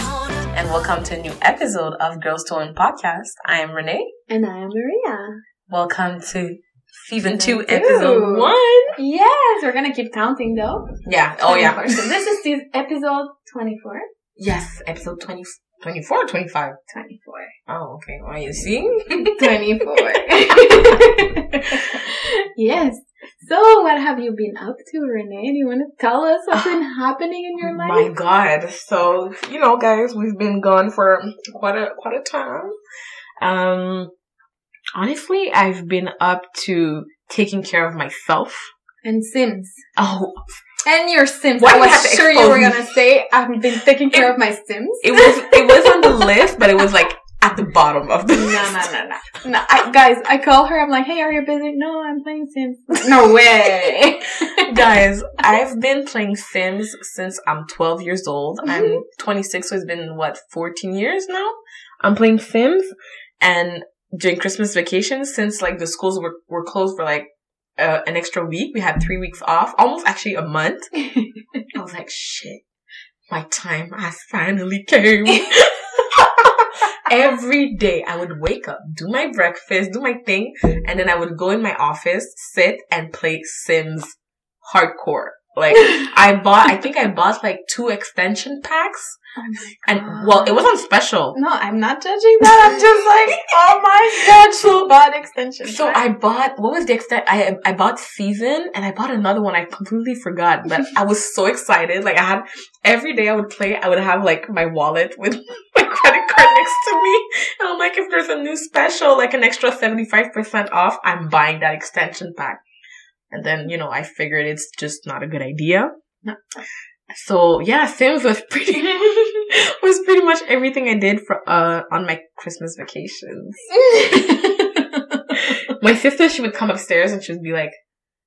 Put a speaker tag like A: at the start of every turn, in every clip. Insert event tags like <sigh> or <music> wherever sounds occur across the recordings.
A: and welcome to a new episode of Girls Stolen Podcast. I am Renee.
B: And I am Maria.
A: Welcome to season
B: Season
A: two,
B: two.
A: episode one.
B: Yes, we're gonna keep counting though.
A: <laughs> Yeah. Oh yeah.
B: 24. So this is season, episode 24.
A: Yes. Episode 20, 24 or 25?
B: <laughs> 24.
A: Oh, okay. Are you seeing?
B: 24. <laughs> yes. So what have you been up to, Renee? Do you want to tell us what's <sighs> been happening in your
A: My
B: life?
A: God. So you know, guys, we've been gone for quite a quite a time. Um, honestly, I've been up to taking care of myself.
B: And Sims.
A: Oh,
B: And your Sims.
A: Why
B: I
A: do you have
B: was
A: to
B: sure you
A: expose
B: were
A: me?
B: gonna say I've been taking care of my Sims. <laughs>
A: it was it was on <laughs> the list, but it was like at the bottom of the
B: No,
A: list.
B: no, no, no. No, I, guys, I call her. I'm like, hey, are you busy? No, I'm playing Sims. No <laughs> way.
A: Guys, I've been playing Sims since I'm 12 years old. I'm 26, so it's been what 14 years now. I'm playing Sims, and during Christmas vacation, since like the schools were were closed for like uh, an extra week, we had three weeks off, almost actually a month. I was like, shit, my time has finally came.
B: <laughs>
A: Every day I would wake up, do my breakfast, do my thing, and then I would go in my office, sit and play Sims hardcore. Like I bought, I think I bought like two extension packs and well, it was on special.
B: Oh No, I'm not judging <laughs>
A: <laughs>
B: that. I'm just like, oh my god, so bad extension.
A: So I bought, what was the extent? I, I bought season and I bought another one. I completely forgot, but I was so excited. Like I had, every day I would play, I would have like my wallet with <laughs> my credit card next to me. And I'm like, if there's a new special, like an extra 75% off, I'm buying that extension pack. And then, you know, I figured it's just not a good idea. So yeah, Sims was <laughs> pretty, was pretty much everything I did for, uh, on my Christmas vacations
B: <laughs>
A: my sister, she would come upstairs and she would be like,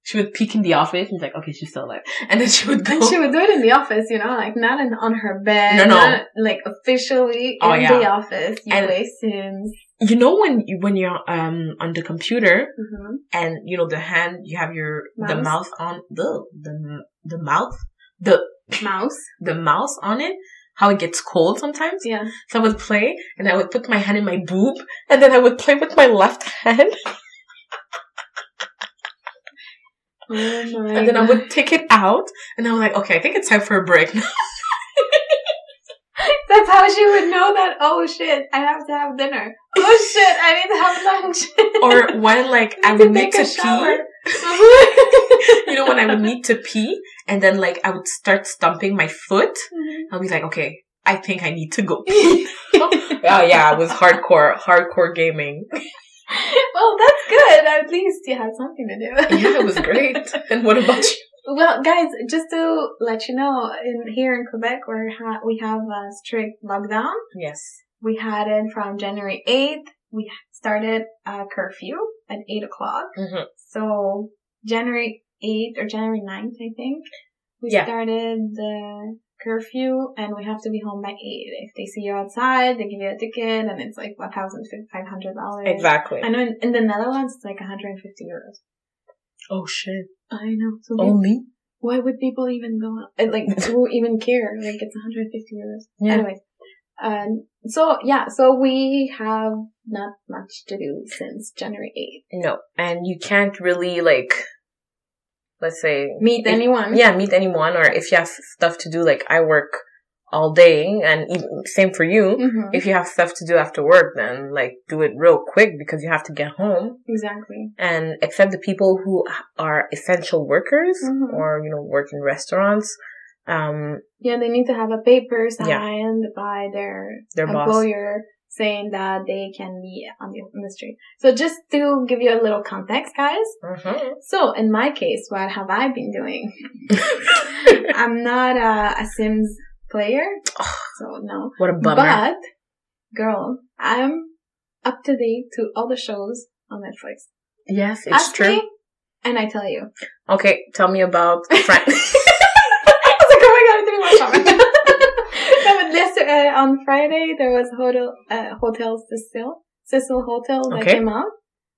A: she would peek in the office and be like, okay, she's still alive. And then she would go.
B: and she would do it in the office, you know, like not in, on her bed.
A: No, no.
B: Not, like officially
A: Oh,
B: in the
A: yeah.
B: office. You
A: And-
B: play Sims.
A: you know when you, when you're um on the computer
B: hmm
A: and you know the hand you have your the
B: Mouse.
A: mouth on the the the mouth the
B: Mouse.
A: the mouse on it how it gets cold sometimes
B: Yeah.
A: so I would play and I would put my hand in my boob and then I would play with my left hand
B: Oh my
A: <laughs> and then I
B: God.
A: would take it out and I was like okay I think it's time for a <laughs> break
B: That's how she would know that, oh shit, I have to have dinner. Oh shit, I need to have lunch. <laughs>
A: or when like I
B: Need
A: would
B: to
A: need
B: take
A: to
B: a shower.
A: pee. <laughs> you know, when I
B: <laughs>
A: would need to pee, and then like I would start stomping my foot. I'll be like, okay, I think I need to go. <laughs> pee." oh yeah, it was hardcore, hardcore gaming.
B: well, that's good. At least you had something to do.
A: Yeah, it was great. <laughs>
B: <laughs>
A: And what about you?
B: Well, guys, just to let you know, in here in Quebec, we ha- we have a strict lockdown.
A: Yes.
B: We had it from January eighth. We started a curfew at eight o'clock.
A: Mhm.
B: So January eighth or January 9th, I think, we
A: Yeah.
B: started the curfew, and we have to be home by eight. If they see you outside, they give you a ticket, and it's like one thousand five hundred dollars.
A: Exactly.
B: I know in, in the Netherlands it's like 150 euros.
A: Oh shit.
B: I know. So we
A: Only.
B: why would people even go out?
A: <laughs>
B: And, Like, who even care? Like, it's 150 euros.
A: Yeah.
B: Anyways. Um, so, yeah, so we have not much to do since January 8th.
A: No, and you can't really like, let's say,
B: Meet
A: If-
B: anyone?
A: yeah, meet anyone, or if you have stuff to do, like I work all day, and even, same for you.
B: Mhm.
A: if you have stuff to do after work, then like do it real quick because you have to get home.
B: Exactly.
A: And except the people who are essential workers
B: Mhm.
A: or you know work in restaurants, um,
B: Yeah, they need to have a paper
A: Yeah.
B: signed by their,
A: their boss.
B: employer saying that they can be on the, on the street. So just to give you a little context, guys. <laughs>
A: Mhm.
B: So in my case, what have I been
A: <laughs>
B: doing? I'm not a, a Sims player. So no.
A: What a bummer!
B: But, girl, I'm up to date to all the shows on Netflix.
A: yes, it's
B: Ask
A: true.
B: me, and I tell you. <laughs>
A: Okay, tell me about Frank.
B: I was like, oh my god, I didn't
A: <laughs>
B: watch that. no, but last, uh, on Friday, there was Hotel, uh, Hotel Cecil, Cecil Hotel that
A: Okay.
B: came out.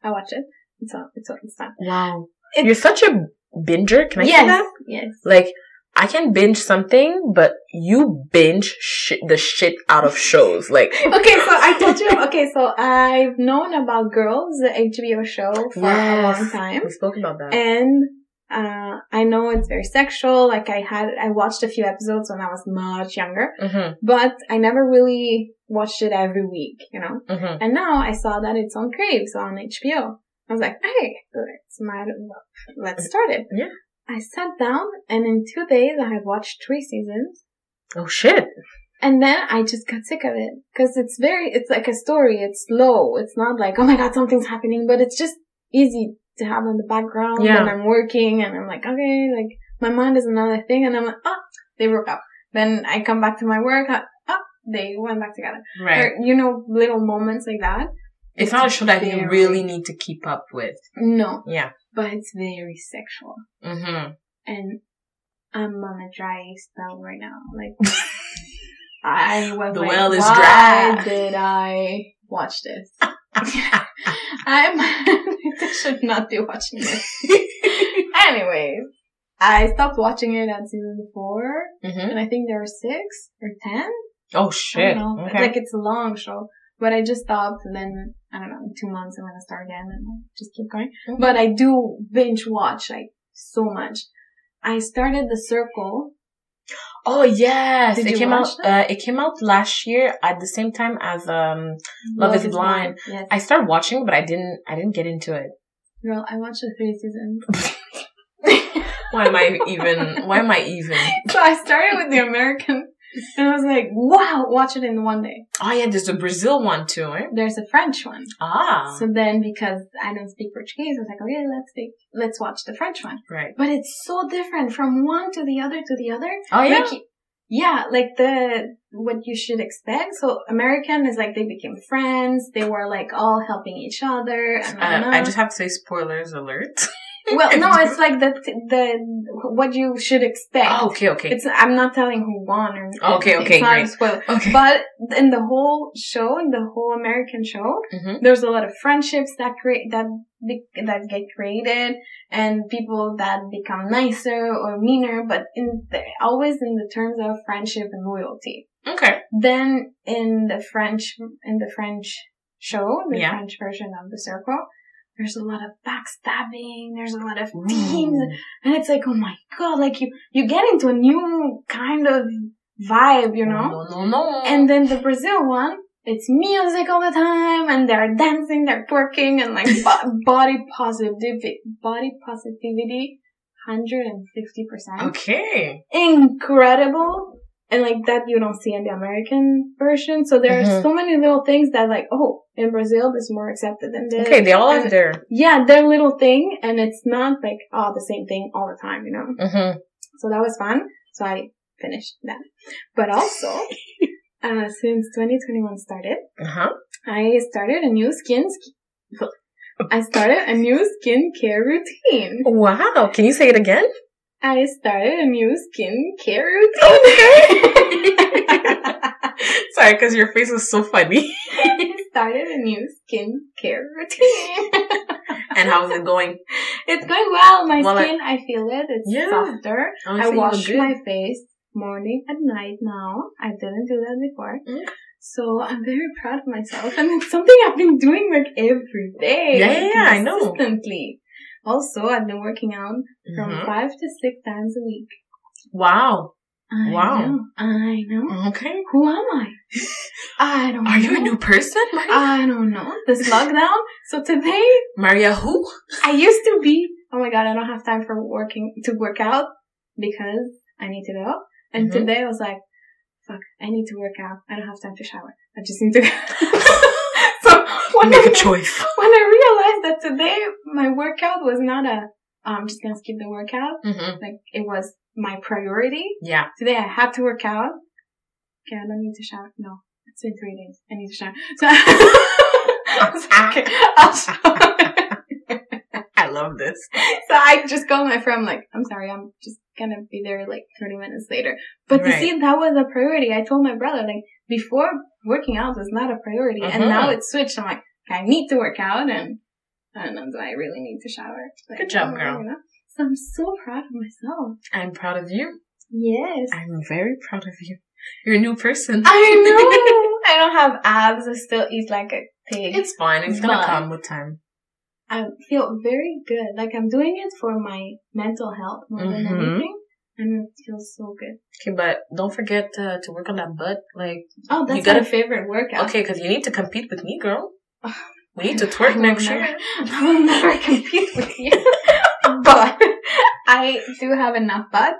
B: I watched it. It's on, it's on, it's on.
A: wow,
B: It's-
A: you're such a binger. Can I say
B: yes,
A: that?
B: yes.
A: Like I can binge something, but you binge shit, the shit out of shows.
B: <laughs>
A: Like,
B: Okay, so I told you. Okay, so I've known about Girls, the HBO show, for
A: Yes.
B: a long time,
A: we spoke about that.
B: and uh, I know it's very sexual. Like I had, I watched a few episodes when I was much younger,
A: Mm-hmm,
B: but I never really watched it every week, you know.
A: mm-hmm.
B: And now I saw that it's on Crave, so on HBO. I was like, hey, let's my, let's start it.
A: Yeah.
B: I sat down, and in two days I had watched three seasons.
A: Oh shit.
B: And then I just got sick of it because it's very, it's like a story. It's slow. It's not like, oh my God, something's happening, but it's just easy to have in the background.
A: Yeah.
B: And I'm working and I'm like, okay, like my mind is another thing. And I'm like, oh, they broke up. Then I come back to my work. I, oh, they went back together. Or, you know, little moments like that.
A: It's not a show that you
B: very-
A: really need to keep up with.
B: No,
A: Yeah.
B: but it's very sexual.
A: Mm-hmm.
B: And I'm on a dry spell right now.
A: <laughs>
B: Like, I was
A: The
B: like,
A: well is
B: why
A: dry."
B: did I watch
A: <laughs>
B: this? <laughs> I'm, <laughs> I should not be watching this. <laughs> Anyways, I stopped watching it at season four,
A: mm-hmm.
B: and I think there are six or ten.
A: Oh
B: I
A: shit.
B: don't know.
A: Okay.
B: Like it's a long show, but I just stopped, and then I don't know. In two months, I'm gonna start again, and I'll just keep going.
A: Okay.
B: But I do binge watch like so much. I started The Circle.
A: oh yes,
B: Did
A: it
B: you
A: came out.
B: watch
A: Uh, it came out last year at the same time as um. Love is Blind.
B: Yes.
A: I started watching, but I didn't. I didn't get into it.
B: Girl, I watched the three seasons.
A: <laughs> Why am I even? Why am I even?
B: so I started with The American, and I was like, wow, watch it in one day.
A: <laughs> Oh yeah, there's a Brazil one too. Eh?
B: There's a French one.
A: Ah,
B: So then, because I don't speak Portuguese, I was like, okay, let's speak, let's watch the French one.
A: right.
B: But it's so different from one to the other to the other.
A: Oh yeah.
B: Like, yeah, like the, what you should expect. So American is like they became friends. They were like all helping each other. And
A: Uh,
B: whatnot.
A: I just have to say spoilers alert.
B: well, no, it's like the, the, what you should expect.
A: <laughs> Oh, okay, okay,
B: It's, I'm not telling who won or
A: Okay,
B: it's
A: okay,
B: not a
A: great.
B: spoiler.
A: okay.
B: But in the whole show, in the whole American show,
A: Mhm.
B: there's a lot of friendships that create that be- that get created, and people that become nicer or meaner, but in the, always in the terms of friendship and loyalty.
A: Okay.
B: Then in the French in the French show, the
A: Yeah.
B: French version of the circle, there's a lot of backstabbing. There's a lot of
A: Mm.
B: teams
A: Ooh.
B: and it's like, oh my god, like you, you get into a new kind of vibe, you know?
A: No, no, no.
B: And then the Brazil one, it's music all the time, and they're dancing, they're twerking, and like bo- body positivity, body positivity, 150%.
A: okay.
B: Incredible. And like that you don't see in the American version. So there are
A: Mhm.
B: so many little things that like, oh, in Brazil, this is more accepted than this.
A: Okay, they all have their.
B: Yeah, their little thing, and it's not like, oh, the same thing all the time, you know?
A: Mm-hmm.
B: So that was fun. So I finished that. But
A: <laughs>
B: also, uh, since 2021 started,
A: Uh huh.
B: I started a new skin. sk- <laughs> I started a new skincare routine.
A: Wow. Can you say it again?
B: I started a new skincare routine.
A: <laughs> Okay. Sorry, because your face is so funny.
B: I <laughs> started a new skincare routine. <laughs>
A: And how's it going?
B: it's going well. My
A: Well, I-
B: skin, I, feel it. It's
A: Yeah.
B: softer.
A: Oh,
B: I
A: think you
B: wash
A: look
B: my face morning and night now. I didn't do that before.
A: Mm.
B: So I'm very proud of myself and it's something I've been doing like every day.
A: Yeah, yeah,
B: like,
A: yeah, I know.
B: Consistently. Also, I've been working out
A: good.
B: from
A: Mhm.
B: five to six times a week.
A: Wow.
B: I
A: Wow.
B: Know, I know.
A: Okay. Mm-hmm.
B: Who am
A: <laughs>
B: I? I don't
A: Are you a
B: know.
A: new person, Uh, Maria? <laughs>
B: I don't know. This lockdown. So today
A: Maria who?
B: I used to be, oh my god, I don't have time for working, to work out because I need to go. And
A: Mhm.
B: today I was like, fuck, I need to work out. I don't have time to shower. I just need to go. <laughs> so when
A: Make a
B: I,
A: choice.
B: when I realized that today my workout was not a, oh, I'm just gonna skip the workout,
A: <laughs> Mm-hmm.
B: like it was my priority.
A: Yeah.
B: Today I had to work out. Okay, I don't need to shower. No, it's been three days. I need to shower. So <laughs> I was like, <laughs> okay, I'll shower.
A: I love this.
B: So I just called my friend, like, I'm sorry, I'm just gonna be there like 30 minutes later. But
A: Right.
B: you see, that was a priority. I told my brother, like, before working out was not a priority, and
A: Mhm.
B: now it's switched. I'm like, I need to work out, and I don't know, do I really need to shower? Like, um,
A: Good job,
B: I don't
A: girl.
B: know. So I'm so proud of myself.
A: I'm proud of you.
B: Yes.
A: <laughs> I'm very proud of you. You're a new person.
B: I know. I don't have abs. I still eat like a pig.
A: It's fine. It's gonna
B: But-
A: come with time.
B: I feel very good. Like I'm doing it for my mental health more than
A: Mhm.
B: anything. And it feels so good.
A: Okay, but don't forget uh, to work on that butt. Like,
B: Oh, that's
A: You gotta-
B: my favorite workout.
A: okay, because you need to compete with me, <sighs> girl.
B: Ugh.
A: We need to twerk next
B: never, <laughs>
A: year.
B: I will never compete with you. <laughs> but I do have enough butt.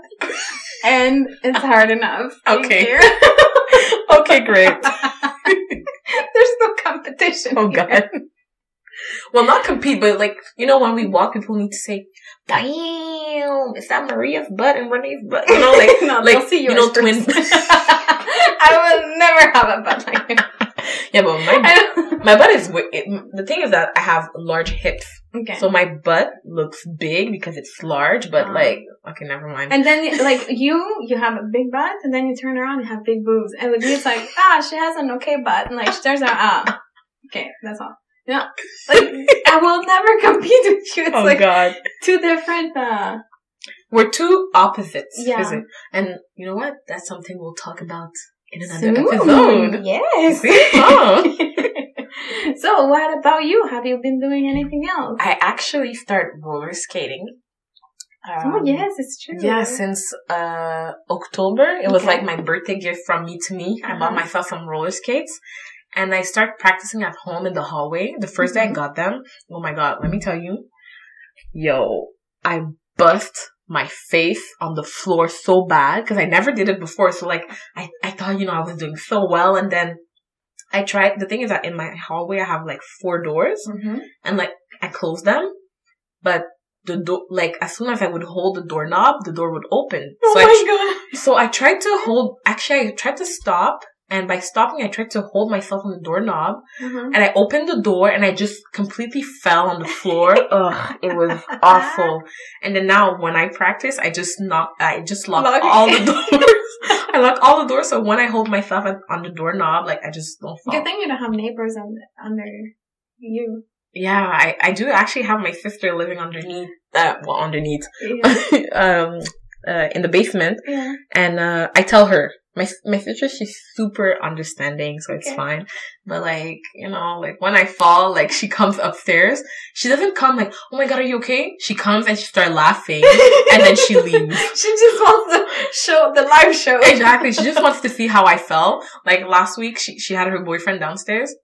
B: And it's hard enough. Thank
A: Okay.
B: you.
A: <laughs> Okay, great.
B: <laughs> There's no
A: <laughs>
B: competition.
A: Oh
B: here.
A: God. well, not compete, but like you know, when we walk, people need to say, "Damn, is that Maria's butt and Renee's butt?" You know, like
B: <laughs> No,
A: like
B: they'll see
A: you know,
B: yours
A: twin.
B: <laughs> I will never have a butt like that.
A: <laughs> yeah, but my <laughs> my butt is wi- it, the thing is that I have large hips,
B: <laughs> okay.
A: so my butt looks big because it's large. But
B: Ah.
A: like, okay, never <laughs> mind.
B: and then, like, you, you have a big butt, and then you turn around and have big boobs. And with me, it's like, ah, she has an okay butt. And, like, she turns around, ah, okay, that's all. Yeah. Like, I will never compete with you. It's
A: oh
B: like
A: God,
B: two different, uh,
A: we're two opposites.
B: Yeah.
A: is it? And you know what? That's something we'll talk about in another
B: soon.
A: episode. <laughs>
B: Yes.
A: See? Oh.
B: <laughs> so, what about you? Have you been doing anything else?
A: I actually start roller skating.
B: oh,
A: Um,
B: yes, it's true. Uh-huh.
A: Yeah, since uh October, it was
B: Okay.
A: like my birthday gift from me to me. I bought
B: Uh-huh.
A: myself some roller skates, and I start practicing at home in the hallway. The 1st day I
B: Mhm.
A: got them, oh my god! Let me tell you, yo, I bust my face on the floor so bad because I never did it before. So like, I I thought you know I was doing so well, and then I tried. The thing is that in my hallway I have like four doors,
B: Mm-hmm.
A: and like I closed them, but the door, like as soon as I would hold the doorknob, the door would open.
B: Oh
A: so
B: my
A: I,
B: god.
A: so I tried to hold. Actually, I tried to stop, and by stopping, I tried to hold myself on the doorknob,
B: Mhm.
A: and I opened the door, and I just completely fell on the floor. <laughs> Ugh, it was awful. And then now, when I practice, I just knock. I just lock <laughs>
B: Lock.
A: all the doors. I lock all the doors, so when I hold myself on- on the doorknob, like I just don't fall.
B: Good thing you don't have neighbors on, under
A: <laughs>
B: you.
A: Yeah, I, I do actually have my sister living underneath, uh, well,
B: <laughs>
A: underneath,
B: Yeah.
A: um, uh, in the basement.
B: yeah.
A: And, uh, I tell her, my, my sister, she's super understanding, so it's
B: Okay.
A: fine. But like, you know, like when I fall, like she comes upstairs. She doesn't come like, oh my God, are you okay? She comes and she starts
B: <laughs>
A: laughing and then she leaves.
B: She just wants the show, the live show.
A: Exactly. She just wants to see how I felt. Like last week, she, she had her boyfriend downstairs.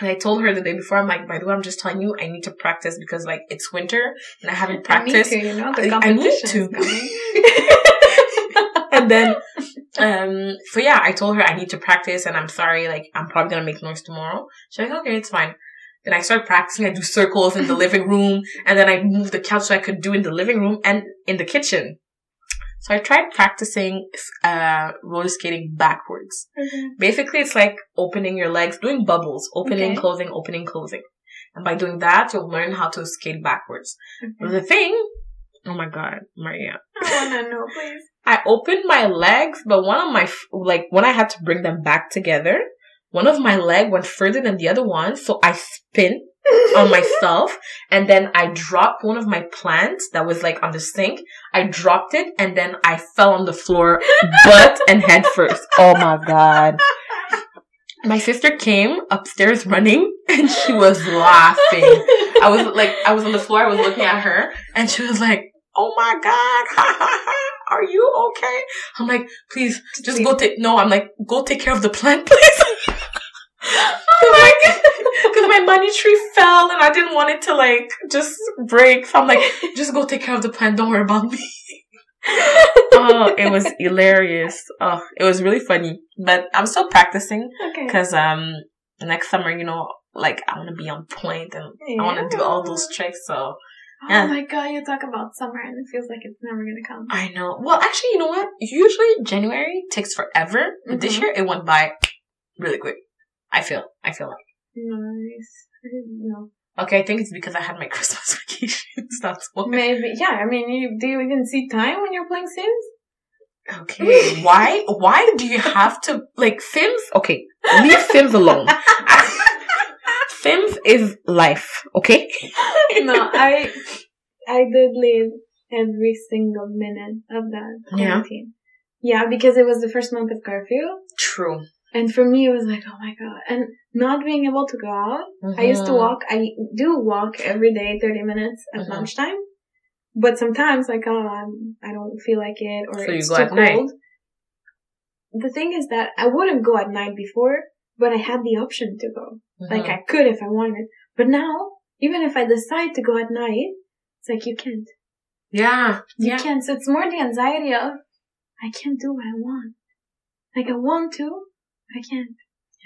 A: And I told her the day before, I'm like, by the way, I'm just telling you, I need to practice because like it's winter and I haven't practiced.
B: I need to, you know, the
A: I- I need
B: competition.
A: to. <laughs> and then, um, so yeah, I told her I need to practice and I'm sorry, like I'm probably gonna make noise tomorrow. She's like, okay, it's fine. Then I start practicing. I do circles
B: <laughs>
A: in the living room and then I move the couch so I could do in the living room and in the kitchen. So I tried practicing, uh, roller skating backwards. Basically, it's like opening your legs, doing bubbles, opening,
B: Okay.
A: closing, opening, closing. And by doing that, you'll learn how to skate backwards. But
B: Okay.
A: the thing, oh my god, Maria.
B: I wanna know, please.
A: I opened my legs, but one of my, f- like, when I had to bring them back together, one of my leg went further than the other one, so I spin on myself, <laughs> and then I dropped one of my plants that was like on the sink. I dropped it, and then I fell on the floor, butt and head first. Oh my god! My sister came upstairs running, <laughs> and she was laughing. I was like, I was on the floor, I was looking at her, and she was like, Oh my god, <laughs> ha ha ha, are you okay? I'm like, Please, just go take, no, I'm like, Go take care of the plant, <laughs> please. Because my money tree fell and I didn't want it to like just break. So I'm like, just go take care of the plant, don't worry about me. <laughs>
B: <laughs>
A: oh, it was hilarious. Oh, it was really funny. But I'm still practicing
B: okay.
A: because um next summer, you know, like I want to be on point and I want to do all those tricks. So
B: Oh my god, you talk about summer and it feels like it's never gonna come.
A: I know. Well, actually, you know what? Usually January takes forever, but this
B: Mhm.
A: year it went by really quick. I feel. I feel like.
B: Nice. I didn't know.
A: Okay, I think it's because I had my <laughs> Christmas vacations. That's why.
B: Maybe, yeah, I mean, you, do you even see time when you're playing Sims?
A: Okay. why? Why do you have to like Sims? Okay, leave Sims <laughs> alone. Sims is life. Okay.
B: no, I I did live every single minute of that
A: Yeah.
B: quarantine. Yeah, because it was the first month of curfew.
A: True.
B: And for me, it was like, oh my god. And not being able to go out. I used to
A: Mhm.
B: walk, I do walk every day 30 minutes at
A: Mhm.
B: lunchtime. But sometimes, like, oh, I'm, I don't feel like it or
A: So you
B: it's
A: go
B: too
A: at night.
B: cold. The thing is that I wouldn't go at night before, but I had the option to go.
A: Uh-huh. Mm-hmm.
B: Like, I could if I wanted. But now, even if I decide to go at night, it's like, you can't.
A: yeah,
B: You
A: yeah,
B: can't. So it's more the anxiety of, I can't do what I want. Like I want to, but I can't.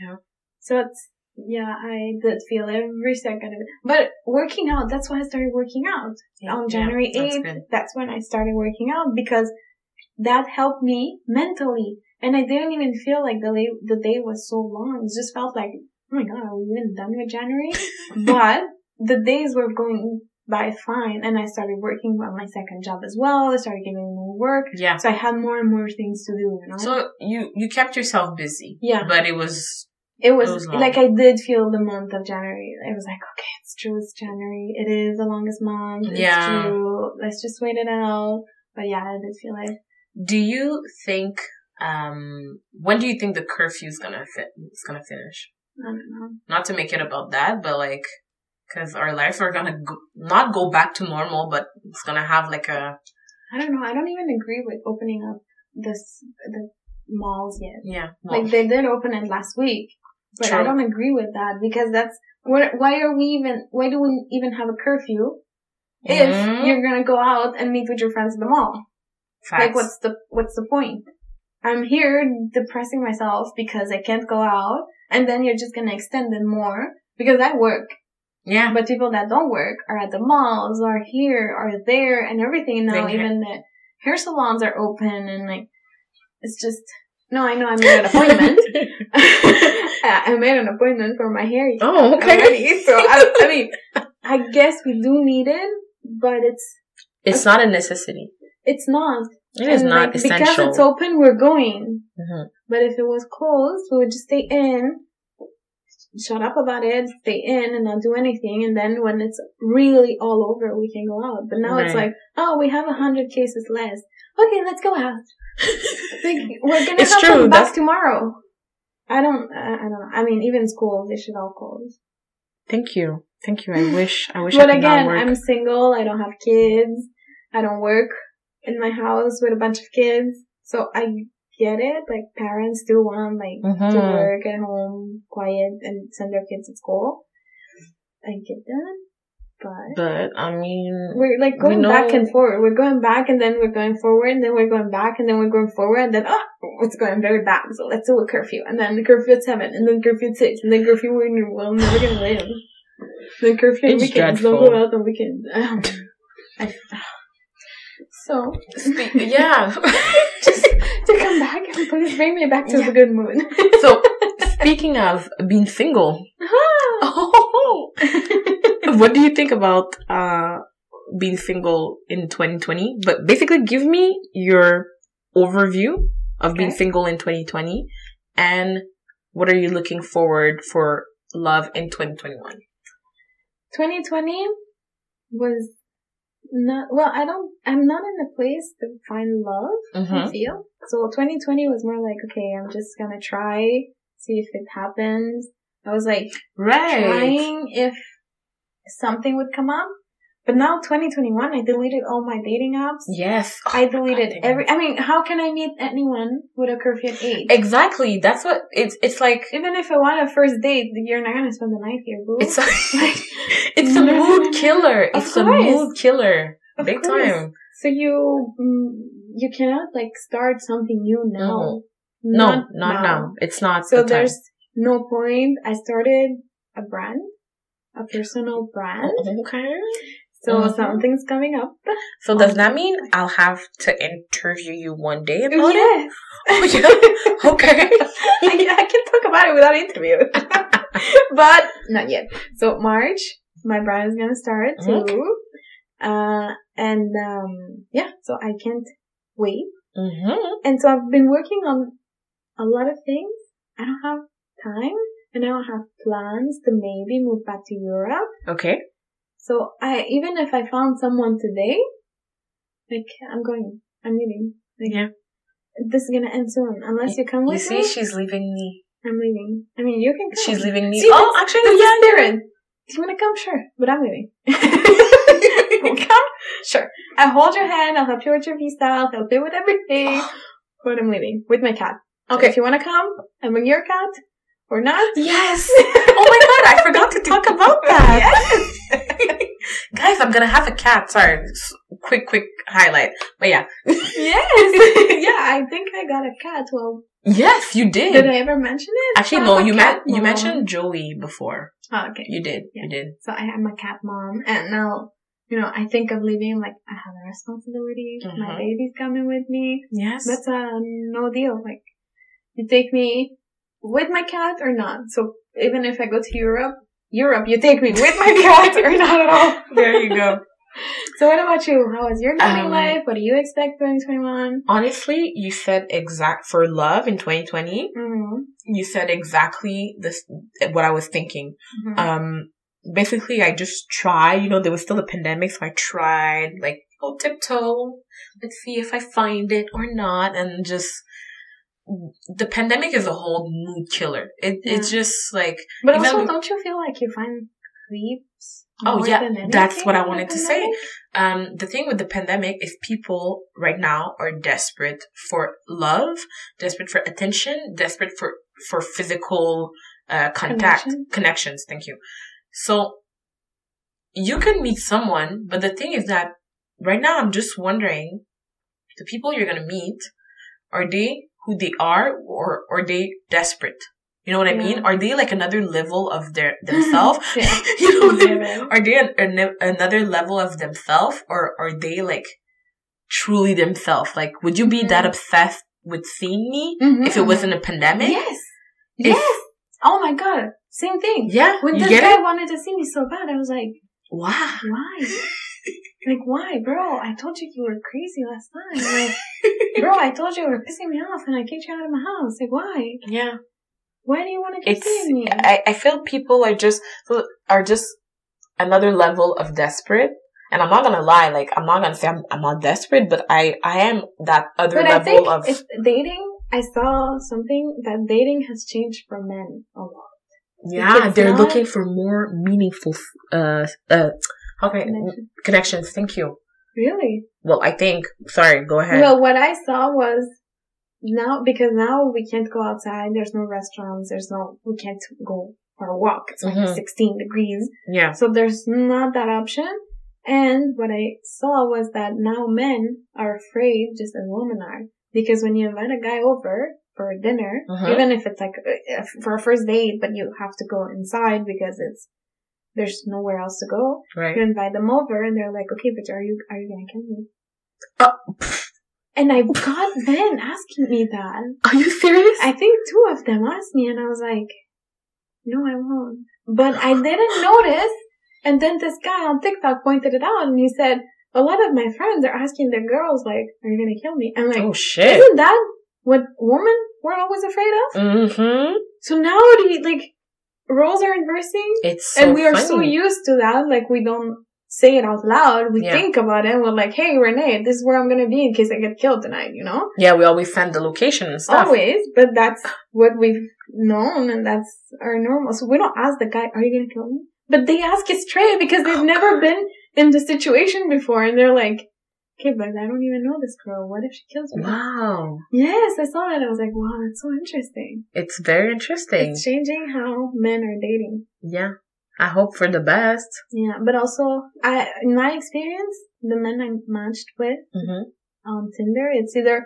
A: Yeah.
B: So it's, yeah, I did feel every second of it. But working out, that's why I started working out. On January
A: that's
B: 8th,
A: good.
B: that's when I started working out because that helped me mentally. And I didn't even feel like the, la- the day was so long. It just felt like, oh my god, are we even done with January? but the days were going by fine and I started working on my second job as well. I started getting more work.
A: Yeah.
B: So I had more and more things to do, you know?
A: So you you kept yourself busy,
B: yeah.
A: but it was
B: It was,
A: It was long.
B: like I did feel the month of January. I was like, okay, it's true, it's January. It is the longest month. It's
A: Yeah.
B: true. Let's just wait it out. But yeah, I did feel it.
A: Do you think um when do you think the curfew's gonna fit it's gonna finish?
B: I don't know.
A: Not to make it about that, but like because our lives are gonna go, not go back to normal, but it's gonna have like a
B: I don't know. I don't even agree with opening up this, the malls yet.
A: yeah. Well,
B: Like they did open it last week, but I
A: True.
B: don't agree with that because that's, why why are we even, why do we even have a curfew if
A: Mhm.
B: you're gonna go out and meet with your friends at the mall? Like,
A: facts.
B: what's the what's the point? I'm here depressing myself because I can't go out, and then you're just gonna extend it more because I work.
A: yeah
B: But people that don't work are at the malls, are here, are there, and everything. And now
A: They ha-
B: even the hair salons are open, and like it's just no. I know I made an
A: <laughs>
B: appointment. <laughs> I I made an appointment for my hair
A: oh
B: already. So I, I mean, I guess we do need it, but it's
A: it's not a necessity.
B: it's not.
A: It is
B: And,
A: not
B: like,
A: essential.
B: Because it's open, we're going.
A: Mhm.
B: But if it was closed, we would just stay in, shut up about it, stay in and not do anything. And then when it's really all over, we can go out. But now it's
A: Right.
B: like, oh, we have a hundred cases less. Okay, let's go
A: <laughs>
B: out. Like, we're gonna
A: It's
B: have
A: true,
B: them
A: that's-
B: back tomorrow. I don't, I, I don't know. I mean, even school, they should all close.
A: Thank you. Thank you. I wish I wish I
B: But
A: could not
B: again,
A: work.
B: I'm single. I don't have kids. I don't work in my house with a bunch of kids. So I get it. Like parents do want like
A: Mhm.
B: to work at home, quiet, and send their kids to school. I get that. But
A: but I mean
B: we're like
A: We
B: going
A: know-
B: back and forward. We're going back and then we're going forward and then we're going back and then we're going forward and then, oh, it's going very back. So let's do a curfew. And then curfew at seven and then curfew at six and then curfew when you're well, never going to live. Then curfew on
A: It's
B: weekends. Don't
A: dreadful.
B: go out on weekends. um, I- <sighs> so,
A: <laughs> yeah.
B: just to come back and please bring me back to
A: Yeah.
B: the good
A: <laughs>
B: mood.
A: so speaking of being single, Oh.
B: <gasps>
A: what do you think about uh being single in 2020? But basically, give me your overview of being
B: Okay.
A: single in 2020, and what are you looking forward for love in 2021?
B: 2020 was not, well, I don't, I'm not in a place to find love.
A: Uh-huh. Mm-hmm.
B: I feel. So 2020 was more like, okay, I'm just gonna try, see if it happens. I was like
A: Right.
B: trying if something would come up. But now 2021, I deleted all my dating apps.
A: Yes.
B: I deleted
A: dating
B: every, I mean, how can I meet anyone with a curfew at 8?
A: Exactly. That's what it's. It's like
B: Even if I want a first date, you're not gonna spend the night here, boo.
A: it's. A, <laughs> it's a <laughs> mood killer.
B: Of
A: It's a
B: course.
A: mood killer.
B: Of
A: Big
B: course.
A: time.
B: so you, mm, you cannot like start something new now.
A: No, not, now. It's not.
B: So
A: the time.
B: there's no point. I started a brand, a personal brand.
A: Okay.
B: So
A: Mhm.
B: something's coming up.
A: So does
B: Um,
A: that mean I'll have to interview you one day about it?
B: yes. <laughs>
A: Oh, yeah. Okay.
B: I, I can talk about it without interview. <laughs> but not yet. So March, my brand is going to start too.
A: Okay.
B: Uh, and, um, yeah, so I can't wait.
A: <laughs> Mm-hmm.
B: And so I've been working on a lot of things. I don't have time and I don't have plans to maybe move back to Europe.
A: Okay.
B: So I even if I found someone today, like I'm going, I'm leaving. Like,
A: Yeah.
B: this is gonna end soon unless you come
A: You
B: with
A: see,
B: me.
A: she's leaving me.
B: I'm leaving. I mean, you can come.
A: She's leaving me.
B: See, <laughs>
A: oh,
B: that's-
A: actually,
B: That's
A: yeah,
B: the spirit. Do you wanna come? Sure, but I'm
A: <laughs>
B: leaving. <laughs> come? Sure. I hold your hand. I'll help you with your visa. I'll help you with
A: <gasps>
B: everything. But I'm leaving with my cat.
A: Okay.
B: If you wanna come, I bring your cat or not.
A: Yes. Oh my god, I forgot to talk
B: <laughs>
A: about that. <laughs> Guys, I'm gonna have a cat. Sorry, s- quick, quick highlight. But
B: <laughs>
A: yeah,
B: Yes.
A: <laughs>
B: yeah, I think I got a cat. Well,
A: yes, you did. <laughs>
B: did I ever mention it?
A: Actually,
B: I'm
A: no.
B: a
A: You
B: cat
A: met. You
B: mom.
A: mentioned Joey before.
B: Oh, okay.
A: You did. You did.
B: So I am a cat mom, and now you know I think of leaving. Like I have a responsibility. My
A: Mhm.
B: baby's coming with me.
A: Yes.
B: That's a no deal. Like you take me with my cat or not. So even if I go to Europe, Europe, you take me
A: <laughs>
B: with my cat or not at all.
A: there you go. <laughs>
B: So what about you? How was your dating
A: Um,
B: life? What do you expect during 21?
A: Honestly, you said exact for love in 2020.
B: Mhm.
A: You said exactly this what I was thinking.
B: Mhm.
A: um basically i just try you know there was still the pandemic so i tried like oh tiptoe let's see if i find it or not and just the pandemic is a whole mood killer it, it's just like
B: but
A: even
B: also,
A: with-
B: don't you feel like you find creeps?
A: Oh,
B: more
A: yeah,
B: than anything
A: that's what I
B: in the
A: wanted to say.
B: pandemic?
A: um the thing with the pandemic is people right now are desperate for love desperate for attention desperate for for physical uh contact
B: Connection?
A: connections thank you so you can meet someone but the thing is that right now i'm just wondering the people you're gonna meet are they who they are or are they desperate you know what i
B: Yeah.
A: mean are they like another level of
B: <laughs>
A: their <laughs> themselves
B: Yeah.
A: you know
B: <laughs>
A: what I mean?
B: Yeah.
A: are they an, an, another level of themselves or are they like truly themselves like would you be that
B: Mhm.
A: obsessed with seeing me
B: Mhm.
A: if it wasn't a pandemic
B: Yes.
A: If-
B: yes. Oh my god. Same thing.
A: yeah
B: When
A: you
B: this
A: get
B: guy
A: it
B: wanted to see me so bad, I was like,
A: wow <laughs>
B: why? like, why, bro? I told you you were crazy last time. Like, bro, I told you you were pissing me off and I kicked you out of my house. Like, why?
A: yeah
B: Why do you want to keep
A: it's
B: seeing me?
A: I, I feel people are just are just another level of desperate and i'm not gonna lie like i'm not gonna say i'm, I'm not desperate but i i am that other
B: but I think
A: level of
B: it's dating, I saw something that dating has changed for men a lot.
A: yeah
B: it's
A: they're
B: not-
A: looking for more meaningful uh uh okay
B: Connection.
A: connections thank you
B: Really?
A: Well, I think. Sorry, go ahead.
B: Well, what I saw was now because now we can't go outside. There's no restaurants. There's no we can't go for a walk. It's like
A: Mhm.
B: 16 degrees,
A: yeah.
B: so there's not that option. And what I saw was that now men are afraid, just as women are, because when you invite a guy over for dinner,
A: Mhm.
B: even if it's like uh, for a first date, but you have to go inside because it's there's nowhere else to go. You <laughs>
A: Right.
B: invite them over, and they're like, "Okay, but are you are you gonna kill me?"
A: Oh,
B: And I've got men asking me that.
A: are you serious?
B: I think two of them asked me and I was like, no, I won't. But I didn't notice. And then this guy on TikTok pointed it out and he said, a lot of my friends are asking their girls, like, are you going to kill me? I'm like,
A: oh shit.
B: isn't that what women were always afraid of?
A: Mm-hmm.
B: So now do you, like, roles are inversing
A: It's so
B: and we are so
A: funny.
B: used to that. Like, we don't say it out loud. We
A: Yeah.
B: think about it. We're like, hey, Renee, this is where I'm going to be in case I get killed tonight, you know?
A: Yeah, we always send the location and stuff.
B: Always, but that's what we've known and that's our normal. So we don't ask the guy, are you gonna kill me? But they ask it straight because they've
A: Oh, God.
B: never been in the situation before and they're like, okay, but I don't even know this girl. What if she kills me?
A: Wow,
B: Yes, I saw that. I was like, wow, that's so interesting.
A: it's very interesting.
B: It's changing how men are dating.
A: yeah, I hope for the best.
B: Yeah, but also, I, in my experience, the men I matched with
A: Mm-hmm.
B: on Tinder, it's either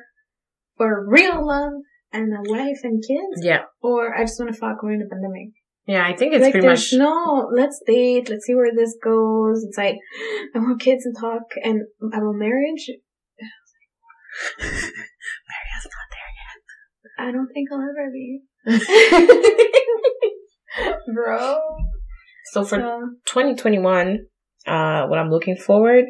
B: for real love and a wife and kids,
A: Yeah,
B: or I just want to fuck. We're in a pandemic.
A: yeah. I think it's
B: like
A: pretty much.
B: there's no let's date, let's see where this goes. It's like I want kids and talk and I want marriage. I don't think I'll ever be.
A: <laughs>
B: <laughs> Bro.
A: so for
B: So,
A: 2021, uh, what I'm looking forward,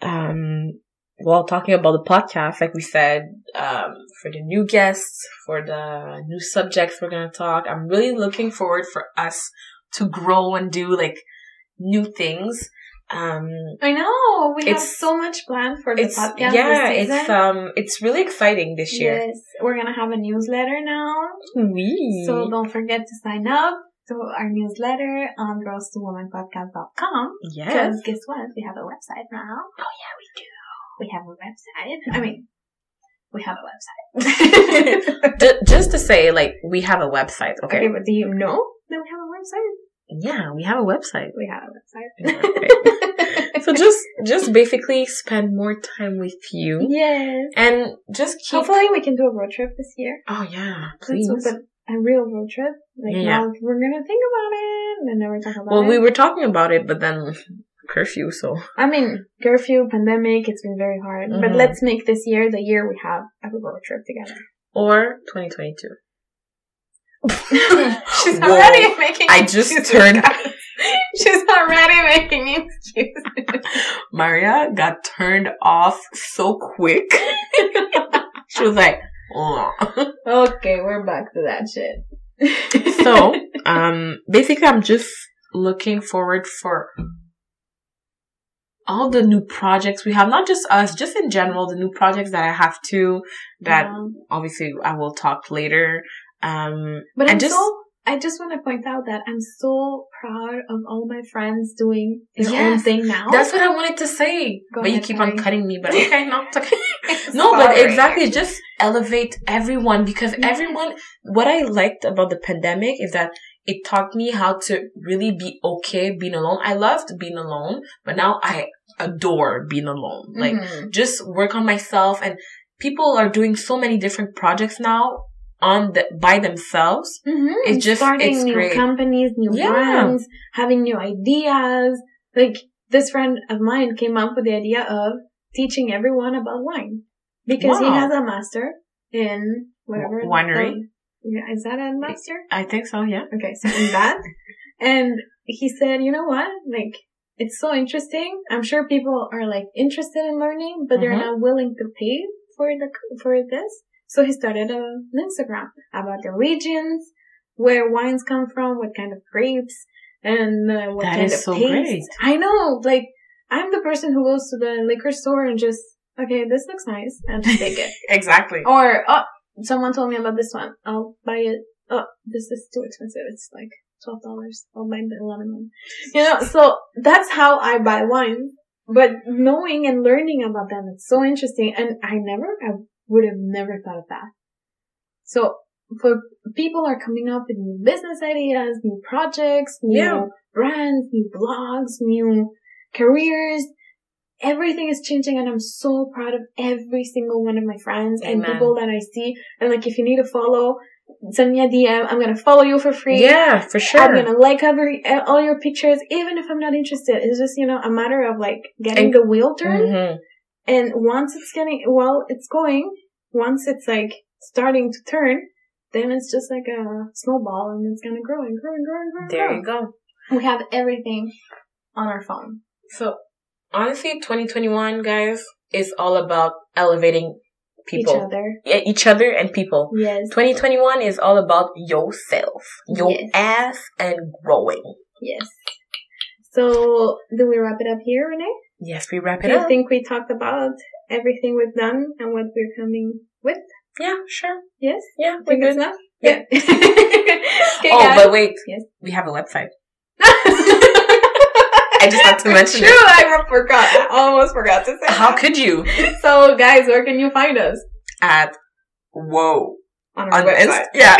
A: um, well, talking about the podcast, like we said, um, for the new guests, for the new subjects we're gonna talk, I'm really looking forward for us to grow and do like new things. Um,
B: I know we have
A: It's-
B: so much planned for the
A: it's
B: podcast. this
A: yeah, it's
B: season.
A: um, it's really exciting this year.
B: Yes, we're gonna have a newsletter now,
A: We
B: so don't forget to sign up to our newsletter on girls2womanpodcast.com.
A: yes,
B: Because guess what? We have a website now. Oh yeah, we do. We have a website. I mean, we have a website. <laughs>
A: Ju- just to say, like we have a website. Okay,
B: okay, but do you know that we have a website?
A: yeah, we have a website.
B: We have a website.
A: <laughs>
B: <laughs>
A: so just just basically spend more time with you
B: yes.
A: and just keep.
B: Hopefully, we can do a road trip this year.
A: Oh yeah,
B: Let's
A: please.
B: do a, a real road trip. Like
A: Yeah.
B: now we're gonna think about it and then we're talking about
A: Well,
B: it.
A: we were talking about it, but then curfew. So
B: I mean, curfew, pandemic, it's been very hard. But
A: Mhm.
B: let's make this year the year we have a road trip together.
A: or 2022.
B: <laughs> She's
A: Whoa.
B: already <laughs> making
A: I just
B: excuses, <laughs>
A: turned.
B: guys. She's already making
A: <laughs>
B: excuses.
A: Maria got turned off so quick. <laughs> she was like, "Oh."
B: okay, we're back to that <laughs> shit.
A: so um, basically, I'm just looking forward for all the new projects we have. Not just us, just in general, the new projects that I have to. That
B: Um,
A: obviously I will talk later. Um,
B: But
A: I
B: I'm
A: just-
B: so. I just want to point out that I'm so proud of all my friends doing their own
A: Yes,
B: thing now.
A: that's what I wanted to say.
B: Oh, Go
A: but you
B: ahead,
A: keep on
B: sorry.
A: cutting me. But okay, <laughs> no, it's okay.
B: <laughs> It's
A: No, but
B: bothering.
A: exactly, just elevate everyone because
B: Yes.
A: everyone, what I liked about the pandemic is that it taught me how to really be okay being alone. I loved being alone, but now I adore being alone. Like,
B: Mhm.
A: just work on myself and people are doing so many different projects now on the, by themselves.
B: Mhm.
A: it's just-
B: starting
A: it's
B: new
A: great.
B: companies, new
A: Yeah.
B: brands, having new ideas. Like this friend of mine came up with the idea of teaching everyone about wine because he
A: Wow.
B: has a master in whatever
A: W- winery?
B: um, yeah, is that a master?
A: I think so, yeah.
B: Okay, so in that, and he said, you know what? Like it's so interesting. I'm sure people are like interested in learning, but they're
A: Mhm.
B: not willing to pay for the for this. So he started a, an Instagram about the regions, where wines come from, what kind of grapes, and uh, what
A: That
B: kind
A: is
B: of
A: so
B: taste.
A: great.
B: I know, like I'm the person who goes to the liquor store and just okay, this looks nice, and I take it.
A: Exactly.
B: Or oh, someone told me about this one. I'll buy it. Oh, this is too expensive. It's like twelve dollars. I'll buy the eleven one. You know, so that's how I buy wine. But knowing and learning about them, it's so interesting. And I never, I would have never thought of that. So for people are coming up with new business ideas, new projects, new
A: Yeah.
B: brands, new blogs, new careers. Everything is changing and I'm so proud of every single one of my friends and
A: Amen.
B: people that I see. And like, if you need to follow, send me a DM. I'm going to follow you for free.
A: Yeah, for sure.
B: Oh, I'm gonna like every uh, all your pictures, even if I'm not interested. It's just you know a matter of like getting
A: And-
B: the wheel turned,
A: Mhm.
B: and once it's getting well, it's going. Once it's like starting to turn, then it's just like a snowball, and it's gonna grow and grow and grow and grow. And
A: There
B: grow.
A: you go.
B: We have everything on our phone.
A: So honestly, 2021, guys, is all about elevating people,
B: Each other.
A: Yeah, each other and people.
B: Yes.
A: 2021 is all about yourself, your
B: Yes.
A: ass, and growing.
B: Yes. So do we wrap it up here, Renee?
A: Yes, we wrap it
B: I
A: up.
B: think we talked about everything we've done and what we're coming with.
A: yeah, sure.
B: Yes.
A: Yeah,
B: Think
A: we're good.
B: it's enough?
A: Yeah.
B: <laughs> okay,
A: oh,
B: guys. <laughs>
A: but wait,
B: Yes.
A: we have a website.
B: I
A: just
B: <laughs>
A: have to mention
B: True, I forgot. I almost forgot to say.
A: How
B: that.
A: could you?
B: so, guys, where can you find us
A: At whoa
B: on our
A: on
B: website?
A: Inst-
B: <laughs>
A: yeah.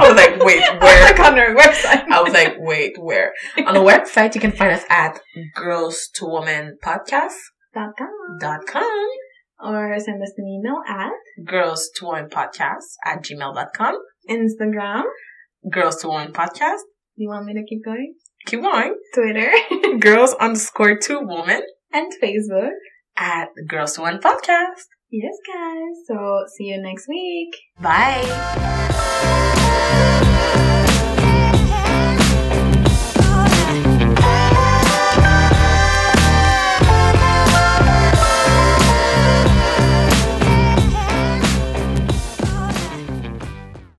A: I was like, wait, where?
B: Like on our website.
A: I was like, wait, where? On the website, you can find us at girls to woman podcast.com.
B: Dot com. Or send us an email at
A: girls to woman podcast at gmail.com
B: Instagram.
A: girls to woman podcast
B: You want me to keep going?
A: keep going <laughs>
B: Twitter <laughs>
A: girls underscore to woman
B: and Facebook.
A: at girls to woman podcast
B: Yes, guys. So, see you next week.
A: bye